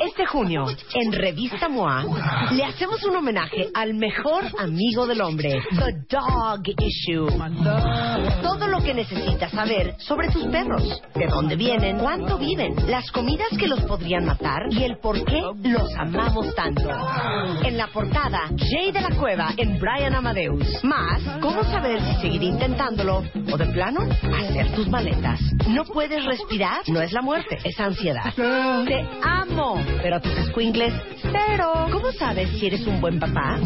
Este junio, en Revista MOA, le hacemos un homenaje al mejor amigo del hombre, The Dog Issue. Todo lo que necesitas saber sobre tus perros, de dónde vienen, cuánto viven, las comidas que los podrían matar y el por qué los amamos tanto. En la portada, Jay de la Cueva en Brian Amadeus. Más, cómo saber si seguir intentándolo o de plano, hacer tus maletas. No puedes respirar, no es la muerte, es ansiedad. Te amo. Pero a tus escuingles, cero. ¿Cómo sabes si eres un buen papá?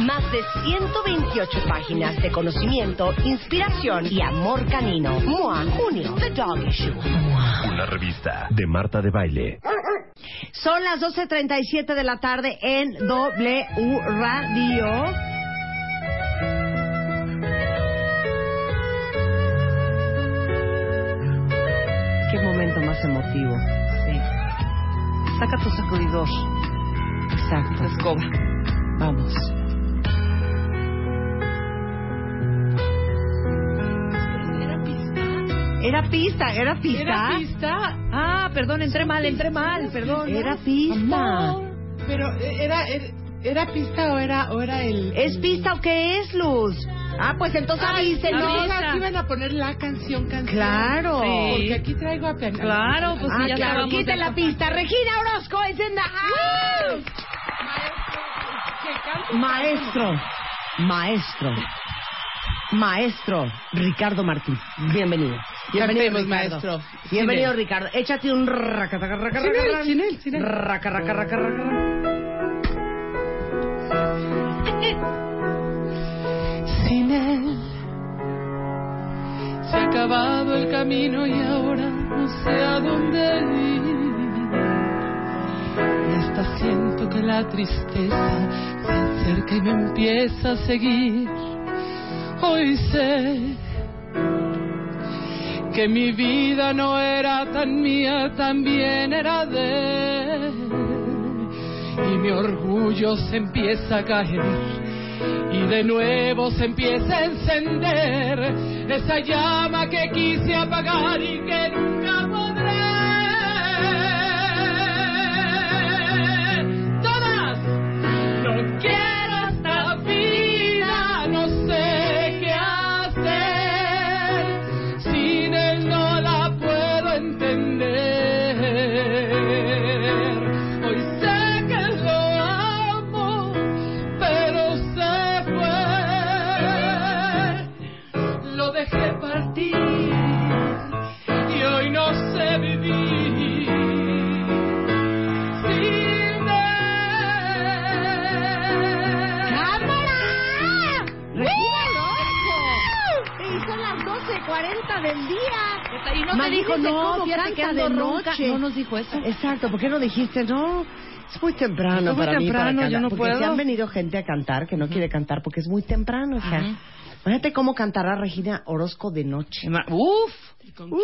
Más de 128 páginas de conocimiento, inspiración y amor canino. MOA, junio, The Dog Issue. Una revista de Marta de Baile. Son las 12.37 de la tarde en W Radio. Qué momento más emotivo. Saca tu sacudidor. Exacto. escoba. Vamos. ¿Era pista? Era pista, era pista. ¿Era pista? Ah, perdón, entré mal, entré mal, perdón. Era pista. Amor. Pero eh, era, era, era pista o era, o era el. ¿Es pista o qué es, Luz? Ah, pues entonces la no, avísenos. pista. aquí iban a poner la canción, canción. Claro. Sí. Porque aquí traigo a piano. Claro, pues Ah, sí, ya claro, estábamos quiten de- la pista. Regina Orozco es en ¡Ah! the house. Maestro, maestro, maestro Ricardo Martín. Bienvenido. Bienvenido, Cantemos, Ricardo. maestro. Bienvenido, Cine. Ricardo. Échate un raca, raca, raca, Cine, raca, cine, cine. raca, raca, raca, raca. Sin él se ha acabado el camino y ahora no sé a dónde ir. Y hasta siento que la tristeza se acerca y me empieza a seguir. Hoy sé que mi vida no era tan mía, también era de él. Y mi orgullo se empieza a caer y de nuevo se empieza a encender esa llama que quise apagar y que nunca podré. Todas, no quiero esta vida, no sé qué hacer, sin él no la puedo entender. Hoy sé que lo amo, pero se fue. Lo dejé partir y hoy no sé vivir sin él. ¡Cámara! ¡Regina Orozco! Te hizo las 12.40 del día. Y no Ma te dijo, dijo, no, no, fíjate fíjate que que de ronca. noche. No nos dijo eso. Exacto, ¿por qué no dijiste no? Es muy temprano Es muy para mí para temprano, yo cantar, no porque puedo. se han venido gente a cantar que no quiere cantar porque es muy temprano, o sea. Ajá. Imagínate cómo cantará Regina Orozco de noche. Uf. ¡Uf!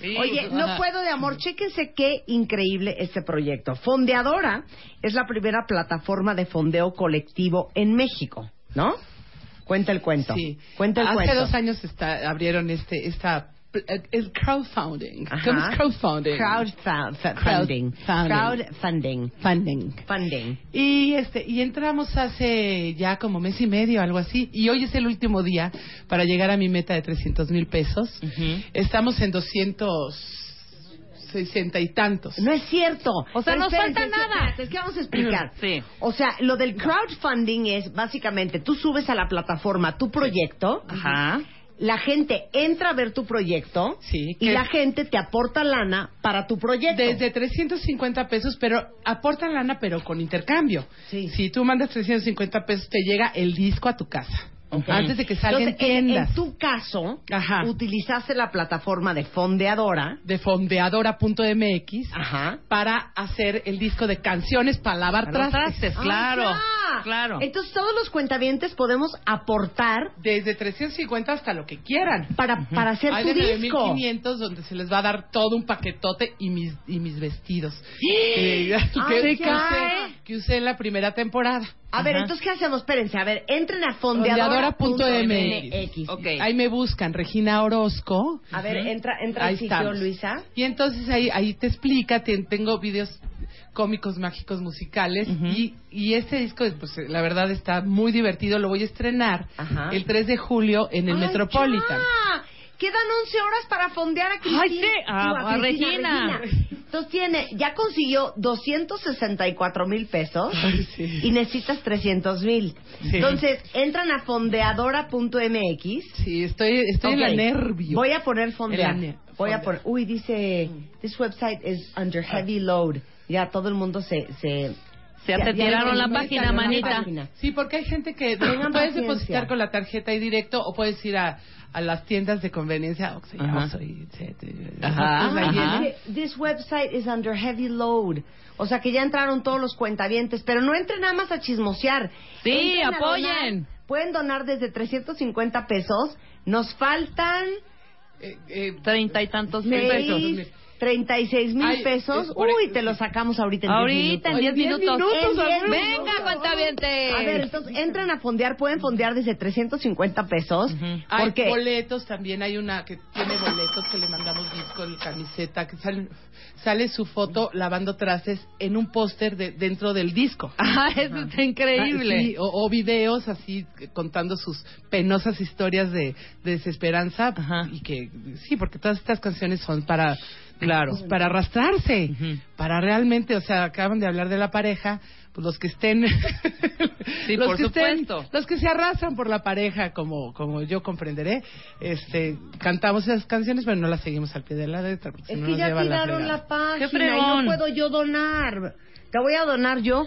Sí. Oye, pues, no puedo de amor, chéquense qué increíble este proyecto. Fondeadora es la primera plataforma de fondeo colectivo en México, ¿no? Cuenta el cuento. Sí. Cuenta el Hace cuento. dos años está- abrieron este, esta, pl- eh, el crowdfunding. Ajá. ¿Cómo es crowdfunding? Crowdfunding. Crowdfunding. Crowdfunding. Funding. Funding. Y este, y entramos hace ya como mes y medio, algo así, y hoy es el último día para llegar a mi meta de 300 mil pesos. Ujú. Estamos en 260 y tantos. No es cierto. O sea, Pero no espérense, falta nada. espérense, Es que vamos a explicar. Sí. O sea, lo del crowdfunding es básicamente tú subes a la plataforma tu proyecto. Ajá. La gente entra a ver tu proyecto Sí, y que- la gente te aporta lana para tu proyecto. Desde 350 pesos, pero aportan lana, pero con intercambio. Sí. Si tú mandas 350 pesos, te llega el disco a tu casa. Ok. Antes de que salga en Entonces, en, tiendas. en tu caso, Ajá. utilizaste la plataforma de fondeadora. de fondeadora.mx Ajá. para hacer el disco de canciones para lavar Para los trastes. trastes, Claro, Ah, ya. claro. Entonces todos los cuentavientes podemos aportar Desde 350 hasta lo que quieran. para, para hacer Hay tu de disco. 9500 donde se les va a dar todo un paquetote y mis y mis vestidos. Eh, que, Ay, que Ah, ya. eh. usé, que usé en la primera temporada. A ver, Ajá. entonces, ¿qué hacemos? Espérense, a ver, entren a Fondeadora.mx. fondeadora.mx. Ok. Ahí me buscan Regina Orozco. A ver, entra, entra Ahí al sitio, estamos. Luisa. Y entonces ahí, ahí te explica, te- tengo vídeos cómicos, mágicos, musicales. y, y este disco, pues la verdad está muy divertido. Lo voy a estrenar Ajá. el 3 de julio en el Ay, Metropolitan. ya. Quedan 11 horas para fondear a Cristina. Ay, sí, a- Digo, a Regina. Entonces tiene, ya consiguió 264 mil pesos Ay, sí. y necesitas 300 mil. Sí. Entonces entran a fondeadora.mx. Sí, estoy, estoy en la Ok. nervio. Voy a poner En fondear. la ne- Voy a fondear. poner, uy, dice, Mm. this website is under Ah. heavy load. Ya todo el mundo se... se Ya te tiraron la página, tiraron la manita. página. Sí, porque hay gente que Tengan puedes paciencia. depositar con la tarjeta ahí directo o puedes ir a, a las tiendas de conveniencia. Oh, Oxxo y Ajá. Oxxo y etcétera. Ajá, Pues ahí ajá. viene. Dice, This website is under heavy load. O sea que ya entraron todos los cuentavientes, pero no entren nada más a chismosear. Sí, Entren a apoyen. donar. Pueden donar desde 350 pesos. Nos faltan Ah. Eh, eh, Treinta y tantos mil seis- pesos. 36 mil Ay, pesos. es por- Uy, te lo sacamos ahorita. En Ahorita, en Oye, diez diez minutos. minutos, En diez amor. Venga, cuentavientes. A ver, entonces entran a fondear, pueden fondear desde 350 pesos. Ujú. Hay Porque boletos también, hay una que tiene boletos que le mandamos disco, el camiseta, que sale, sale su foto lavando trastes en un póster de, dentro del disco. Ah, eso está increíble. Ah, Sí, o, o videos así eh, contando sus penosas historias de, de desesperanza Ajá. y que sí, porque todas estas canciones son para claro, para arrastrarse, Ujú. para realmente, o sea, acaban de hablar de la pareja, pues los que estén Sí, los por que estén- supuesto. los que se arrastran por la pareja, como como yo comprenderé, este cantamos esas canciones, pero no las seguimos al pie de la letra, porque si es no que nos ya lleva a la tiraron fregada. la página y fregón. no puedo yo donar. Te voy a donar yo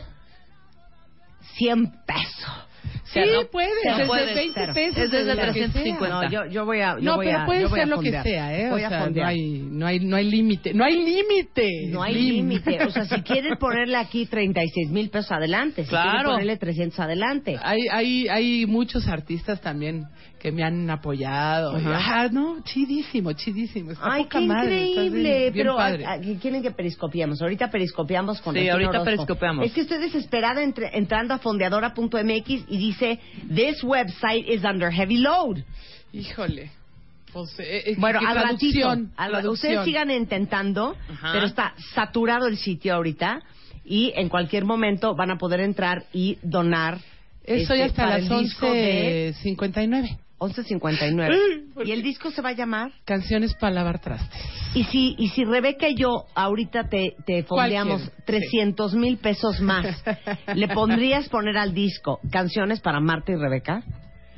100 pesos. Sí, O sea, no- puedes, o sea, desde puedes, 20 pero pesos, Es desde desde lo que sea. 350. No, yo, yo voy a. yo no, voy pero a- yo puede voy ser a lo que fondear. sea, ¿eh? Voy o a sea, no fondear. hay, no hay, no hay límite. ¡No hay límite! No hay Slim. límite. O sea, si quieren ponerle aquí 36 mil pesos adelante. Si Claro. quieren ponerle 300 adelante. Hay, hay, hay muchos artistas también que me han apoyado. Y, Ajá. ah, no, chidísimo, chidísimo. Está Ay, poca qué madre, está bien- increíble. bien pero padre. a- a- que quieren que periscopiamos. Ahorita periscopiamos con Sí, Regina ahorita Orozco. periscopeamos. Es que estoy desesperada entre- entrando a fondeadora.mx y dice, this website is under heavy load. Híjole. Pues, eh, eh, Bueno, que al ratito. traducción, al- traducción. ustedes sigan intentando, Ajá. pero está saturado el sitio ahorita y en cualquier momento van a poder entrar y donar. Eso este, ya hasta para las el disco de 11.59. 11.59. Sí, porque- Y el disco se va a llamar... Canciones para lavar trastes. Y si, y si Rebeca y yo ahorita te, te fondeamos Cualquier, 300 mil pesos más, ¿le pondrías poner al disco canciones para Marta y Rebeca?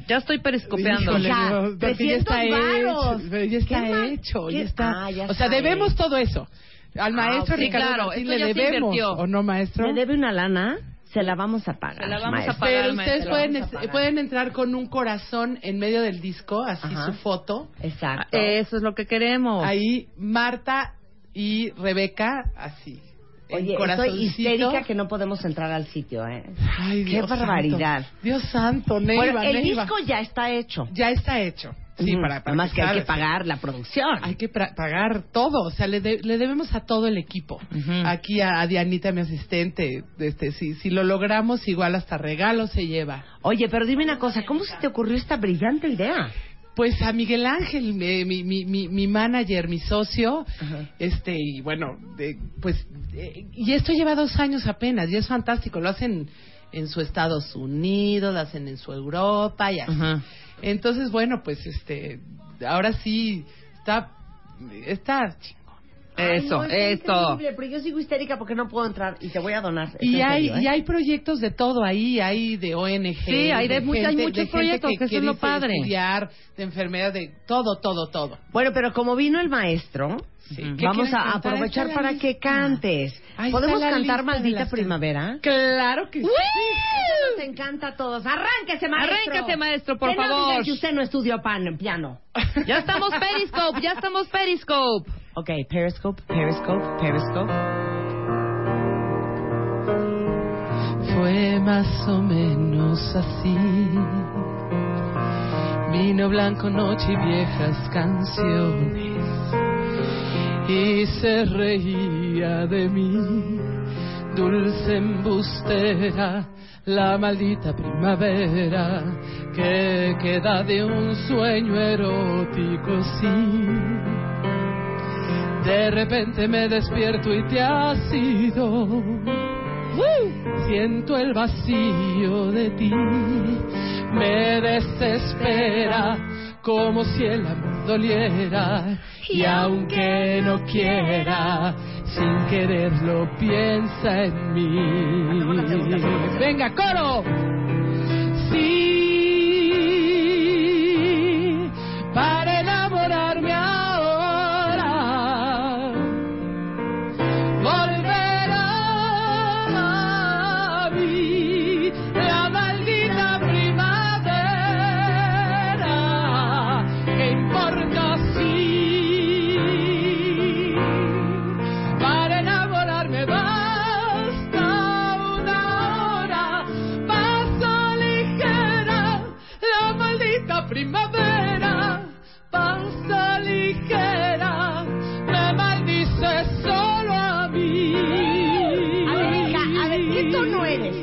Ya estoy periscopeando. Híjole, O sea, no, porque 300 ya está varos. hecho, pero ya ¿Qué está más? hecho, ¿Qué? ya está. Ah, ya o sea, está debemos hecho. todo eso. Al Ah, maestro ok. Ricardo Sí, claro, Martín esto le ya se debemos, invirtió. ¿o no, maestro? Me debe una lana, se la vamos a pagar. Se la vamos a maestro. pagar, Pero ustedes maestro. pueden, Vamos a pagar. pueden entrar con un corazón en medio del disco, así Ajá. su foto. Exacto. Eh, Eso es lo que queremos. Ahí Marta y Rebeca, así. en Oye, estoy corazoncito. histérica que no podemos entrar al sitio, ¿eh? Ay, Qué Dios santo. barbaridad. Dios santo, Neiva, Bueno, el Neiva. disco ya está hecho. ya está hecho. Sí, Ujú. para, para Nada más que hay que salga. pagar la producción. Hay que pra- pagar todo, o sea, le, de- le debemos a todo el equipo. Ujú. Aquí a, a Dianita, mi asistente, este, si, si lo logramos, igual hasta regalo se lleva. Oye, pero dime una cosa, ¿cómo se te ocurrió esta brillante idea? Pues a Miguel Ángel, mi, mi, mi, mi- mi manager, mi socio, Ajá. este, y bueno, de- pues, eh, y esto lleva dos años apenas, y es fantástico, lo hacen en su Estados Unidos, lo hacen en su Europa, y así. Ajá. Entonces, bueno, pues, este, ahora sí, está, está chingón. Eso, Ay, no, es esto. increíble, pero yo sigo histérica porque no puedo entrar y te voy a donar. Es Y en hay, serio, ¿eh? y hay proyectos de todo ahí, hay de ONG. Sí, hay de mucho- hay gente- muchos gente proyectos, que eso es quiere lo padre. Estudiar, de enfermedad, de todo, todo, todo. Bueno, pero como vino el maestro, Sí. Ujú. ¿Qué vamos quieren a cantar? aprovechar Ahí está la para lista. que cantes. Ahí está ¿Podemos la cantar lista de Maldita las Primavera? Claro que sí. Nos encanta a todos. Arránquese, maestro. Arránquese, maestro, por Que no favor. digan que usted no estudió pan, piano. Ya estamos Periscope, ya estamos Periscope. Ok, Periscope, Periscope, Periscope. Fue más o menos así. Vino blanco, noche y viejas canciones. Y se reía de mí, dulce embustera, la maldita primavera que queda de un sueño erótico, sí. De repente me despierto y te has ido. Siento el vacío de ti, me desespera como si el amor doliera. Y aunque no quiera, sin quererlo piensa en mí. Venga, coro. Sí, para enamorarme ahora volverá a mí la maldita primavera. ¿Qué importa si para enamorarme basta una hora? Paso ligera la maldita primavera. Pasa ligera, me maldice solo a mí. A ver, hija, a ver, ¿qué tono eres?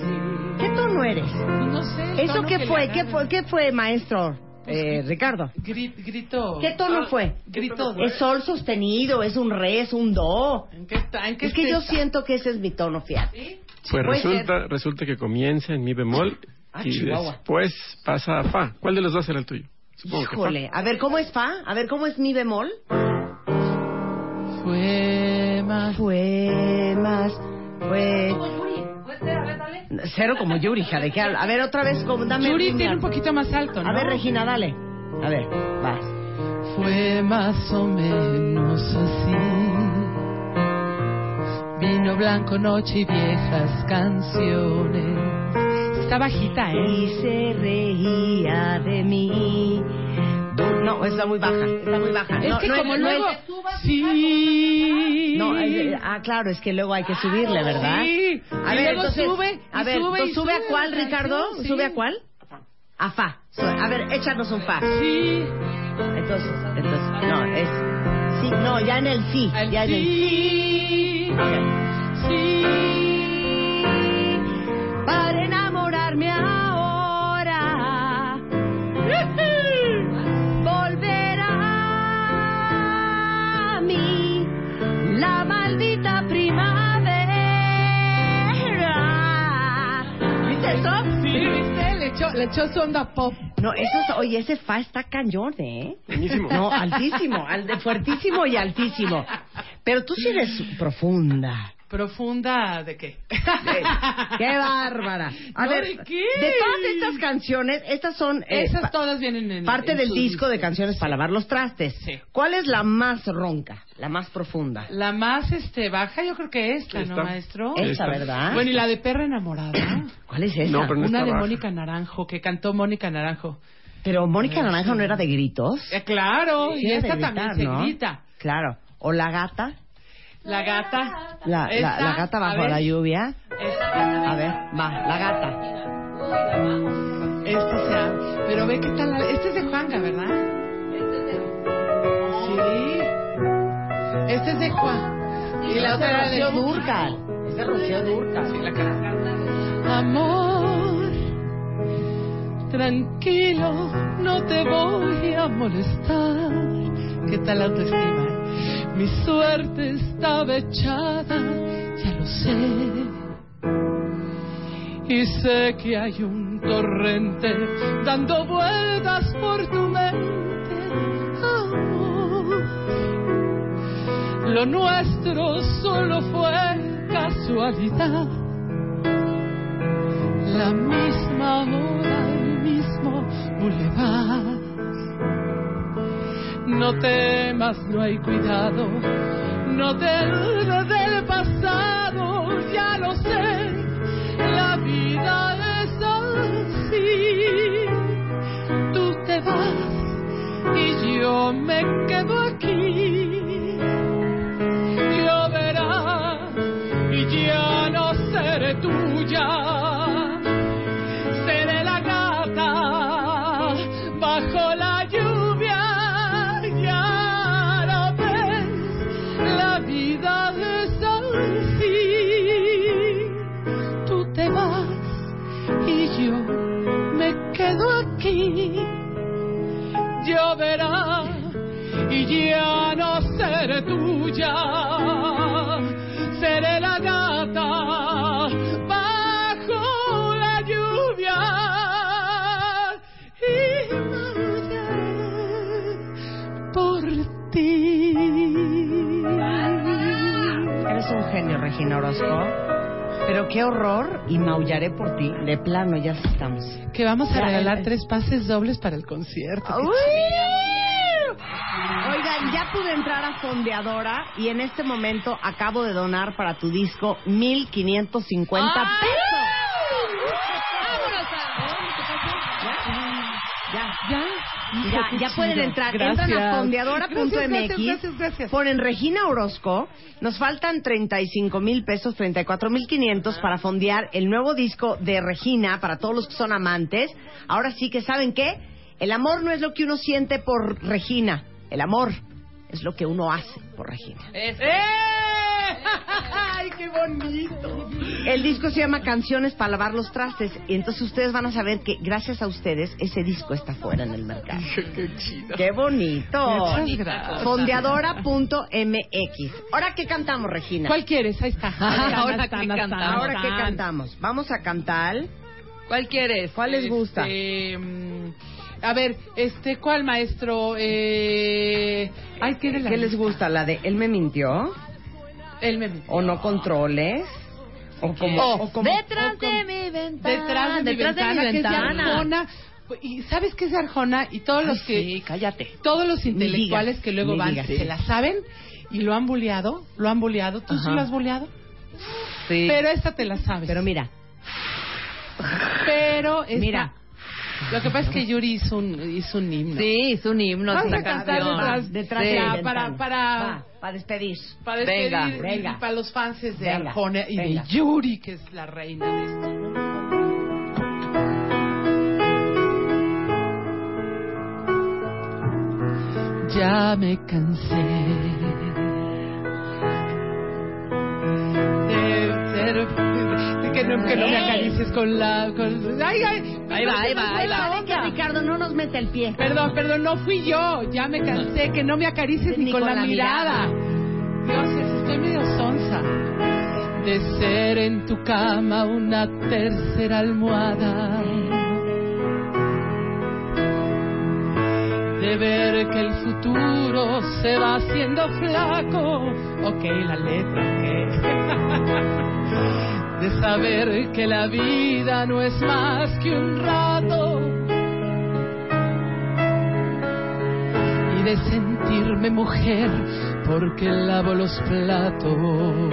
¿Qué tono eres? No sé. ¿Eso tono qué que fue? le Pues ¿Qué agarran. fue, qué fue maestro eh, Ricardo? Gri- Grito. ¿Qué tono fue? Grito. ¿Es sol sostenido? ¿Es un re? ¿Es un do? ¿En qué está? ¿En qué Es que yo está? siento que ese es mi tono, fíjate. Pues puede resulta, resulta que comienza en mi bemol Ah, y Chihuahua. después pasa a fa. ¿Cuál de los dos será el tuyo? Supongo que fa. Híjole, a ver, ¿cómo es fa? A ver, ¿cómo es mi bemol? Fue más. Fue más, fue... pues Cero como Yuri, hija, ¿de qué hablo? A ver, otra vez, como, dame... Yuri línea. tiene un poquito más alto, ¿no? A ver, Regina, dale. A ver, vas. Fue más o menos así. Vino blanco, noche y viejas canciones. Está bajita, ¿eh? Y se reía de mí. Du- No, está muy baja, está muy baja. es no, que no como no luego... es- sí. no, es- ah, claro, es que luego hay que subirle, ¿verdad? Sí. A Y ver, luego entonces, sube, a y ver, sube, ¿tú y sube a sube cuál, la canción, Ricardo? sí. ¿Sube a cuál? A fa. Su- A ver, échanos un fa. Sí. Entonces, entonces, no, es sí, no, ya en el sí, Al ya en el sí. sí. Ok. Sí. Para enamorarme ahora. Volverá a mí la maldita primavera. ¿Viste eso? Sí, ¿viste? Le echó, le echó su onda pop. No, eso es- oye, ese fa está cañón, ¿eh? Buenísimo. No, altísimo, al, fuertísimo y altísimo. Pero tú sí eres profunda. ¿Profunda de qué? Eh, ¡Qué bárbara! A No, ver, ¿de qué? todas estas canciones, estas son eh, Esas pa- todas vienen en parte en del su disco de canciones para lavar los trastes. Sí. ¿Cuál es la más ronca, la más profunda? La más este baja yo creo que esta, ¿no, Esta. maestro? Eh. Esa, Esta. ¿verdad? Bueno, y la de Perra Enamorada. ¿Cuál es esa? No, pero no Una está de baja. Mónica Naranjo, que cantó Mónica Naranjo. Pero Mónica Naranja no era de gritos. Eh, claro, Sí, y era de esta gritar, también ¿no? se grita. Claro. ¿O la gata? La gata. La, la- Esta, la gata a bajo ver, la lluvia. Esta, A ver, va, la gata. esta Este se abre. Pero ve qué tal. la- Este es de Juanga, ¿verdad? Este es de. Sí. Este es de Juan. Y la otra era de Rocío Durcal. Es de Rocío Durcal. Sí, la cara. Amor, tranquilo, no te voy a molestar. ¿Qué tal la autoestima? Mi suerte estaba echada, ya lo sé. Y sé que hay un torrente dando vueltas por tu mente, amor. Lo nuestro solo fue casualidad. La misma hora, el mismo boulevard. No temas, no hay cuidado. No te dudes del pasado, ya lo sé. La vida es así. Tú te vas y yo me quedo aquí. Lloverá y ya no seré tuya. Seré la gata bajo la lluvia. Ya lo ves, la vida es así. Tú te vas y yo me quedo aquí lloverá y ya no seré tuya. Seré la gata bajo la lluvia y moriré por ti. Eres un genio, Regina Orozco. Pero qué horror y maullaré por ti. De plano, ya estamos. Que vamos a Ya, regalar eh. tres pases dobles para el concierto. ¡Uy! Oigan, ya pude entrar a Fondeadora y en este momento acabo de donar para tu disco 1550 ¡Ay! pesos. ¡Vámonos Ya, ¿Ya? ya, ya pueden entrar. Entran a Gracias. Gracias, fondeadora.mx. gracias, gracias, gracias. Ponen Regina Orozco. Nos faltan 35 mil pesos, 34 mil 500 para fondear el nuevo disco de Regina para todos los que son amantes. Ahora sí que saben qué? El amor no es lo que uno siente por Regina. El amor es lo que uno hace por Regina. ¡Eh! ¡Ay, qué bonito! El disco se llama Canciones para lavar los trastes. Y entonces ustedes van a saber que gracias a ustedes ese disco está fuera en el mercado. ¡Qué chido! ¡Qué bonito! Muchas gracias. Fondeadora.mx. ¿Ahora qué cantamos, Regina? ¿Cuál quieres? Ahí está. Ahora que Ana, cantamos. ¿Ahora qué cantamos? Vamos a cantar. ¿Cuál quieres? ¿Cuál les gusta? Este, mm, a ver, este, ¿cuál maestro? Eh, ay, ¿qué, de la ¿Qué les gusta? ¿La de Él me mintió? Él me metió. ¿O no controles? ¿O como, o como- Detrás o como- de mi ventana. Detrás de mi ventana, que es de Arjona. Y sabes qué es de Arjona y todos los que cállate. todos los intelectuales digas, que luego ni van digas, se sí. la saben y lo han buleado, lo han buleado. ¿Tú sí Ajá. lo has buleado? Sí. Pero, Pero esta te la sabes. mira, Pero esta- mira. Lo que pasa es que Yuri hizo un, hizo un himno. Sí, es un himno, es Vamos una a cantar canción. detrás, Detrás Sí. de Ya, la ventana. para- para- Va, para despedir. Para despedir Venga, y- venga. y para los fans de Venga, Arjona y venga. de Yuri, que es la reina de esto. Ya me cansé de ser de que no, que no ¡Ey! me acaricies con la con- ay, ay, Ahí va, ahí se me va, fue ahí la onda. va. Saben que Ricardo no nos mete el pie. Perdón, perdón, no fui yo. Ya me cansé, que no me acarices ni, con, la, mirada. Dioses, estoy medio sonsa. De ser en tu cama una tercera almohada. De ver que el futuro se va haciendo flaco. Ok, la letra, ok de saber que la vida no es más que un rato y de sentirme mujer porque lavo los platos.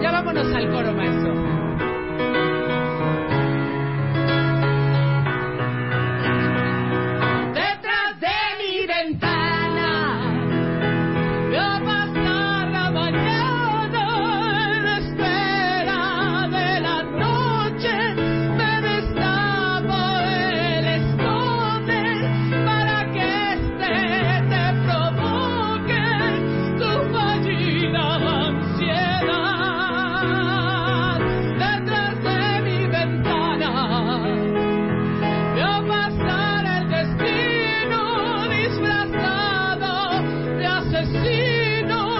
Ya vámonos al coro, maestro. Detrás de mi ventana a pasar la mañana en espera de la noche me destapa el escote para que este te provoque tu fallida ansiedad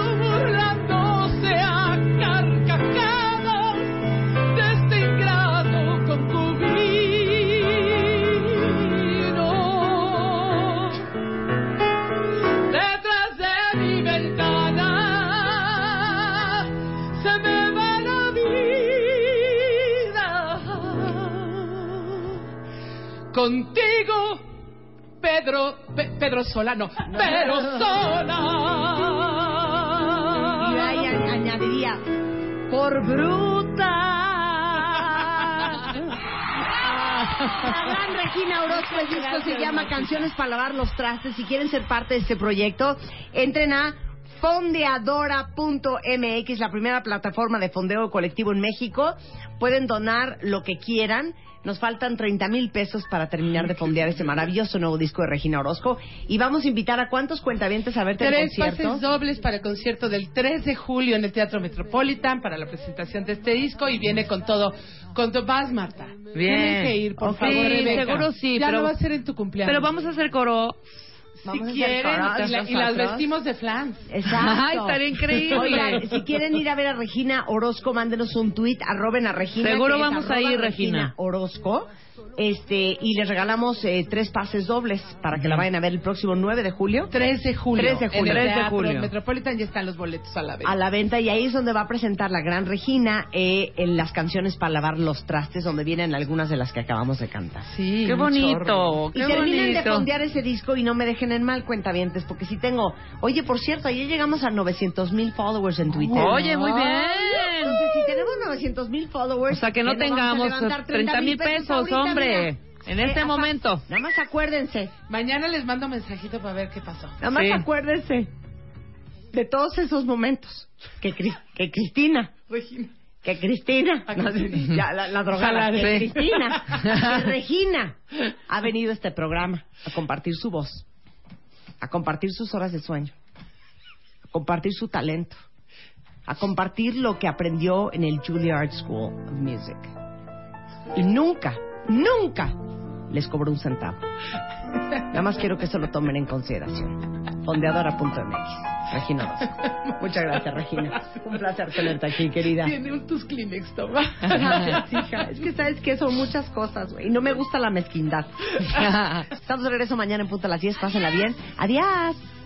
este se me va la vida. Contigo, Pedro, Pe- Pedro Solano, Pedro Solano. Yo ahí a- añadiría, por bruta. La gran Regina Orozco, el disco se llama Canciones para lavar los trastes. Si quieren ser parte de este proyecto, entren a fondeadora.mx, la primera plataforma de fondeo colectivo en México. Pueden donar lo que quieran. Nos faltan 30 mil pesos para terminar de fondear este maravilloso nuevo disco de Regina Orozco. Y vamos a invitar a cuántos cuentavientes a verte al Tres concierto. pases dobles para el concierto del 3 de julio en el Teatro Metropolitan para la presentación de este disco y viene con todo. Con todo vas, Marta. Bien. Tienen que ir, por Ok. favor, Sí, Rebeca. seguro sí, Ya pero- no va a ser en tu cumpleaños. Pero vamos a hacer coro. si Vamos a hacer quieren, coral, y, la- y las nosotros. vestimos de flans. Eh, Exacto. Ay, estaría increíble. Oigan, si quieren ir a ver a Regina Orozco, mándenos un tuit, arroben a Regina. Seguro que es vamos a arroba ir, Regina. Orozco. Este, y les regalamos eh, tres pases dobles para que la vayan a ver el próximo 9 de julio. 3 de julio. 3 de julio. En 3 el de Teatro julio. Metropolitan ya están los boletos a la vez. A la venta, y ahí es donde va a presentar la gran Regina eh, en las canciones para lavar los trastes, donde vienen algunas de las que acabamos de cantar. Sí. Qué un bonito. chorro. Y Qué terminen de bonito. fondear ese disco y no me dejen en mal cuentavientes, porque si tengo. Oye, por cierto, ayer llegamos a 900 mil followers en Twitter. Oye, muy Entonces, bien. si tenemos 900 mil followers... O sea, que no vamos a tengamos levantar 30 mil pesos, ahorita, hombre. mira. En Eh, este apa- momento. Nada más acuérdense, Mañana les mando mensajito para ver qué pasó. nada más Sí. acuérdense de todos esos momentos. Que, Cris- que Cristina, Regina. que Cristina, A no, Cristina. ya, la, la drogada, Ojalá, que sí. Cristina, que Regina ha venido a este programa a compartir su voz, a compartir sus horas de sueño, a compartir su talento, a compartir lo que aprendió en el Juilliard School of Music. Y nunca, nunca les cobró un centavo. Nada más quiero que eso lo tomen en consideración. Fondeadora.mx. Regina Orozco. Muchas gracias, Regina. Un placer tenerte aquí, querida. Tiene un tus Kleenex, toma. Gracias, hija. Es que sabes que son muchas cosas, güey. Y no me gusta la mezquindad. Estamos de regreso mañana en punto a las 10. Pásenla bien. Adiós.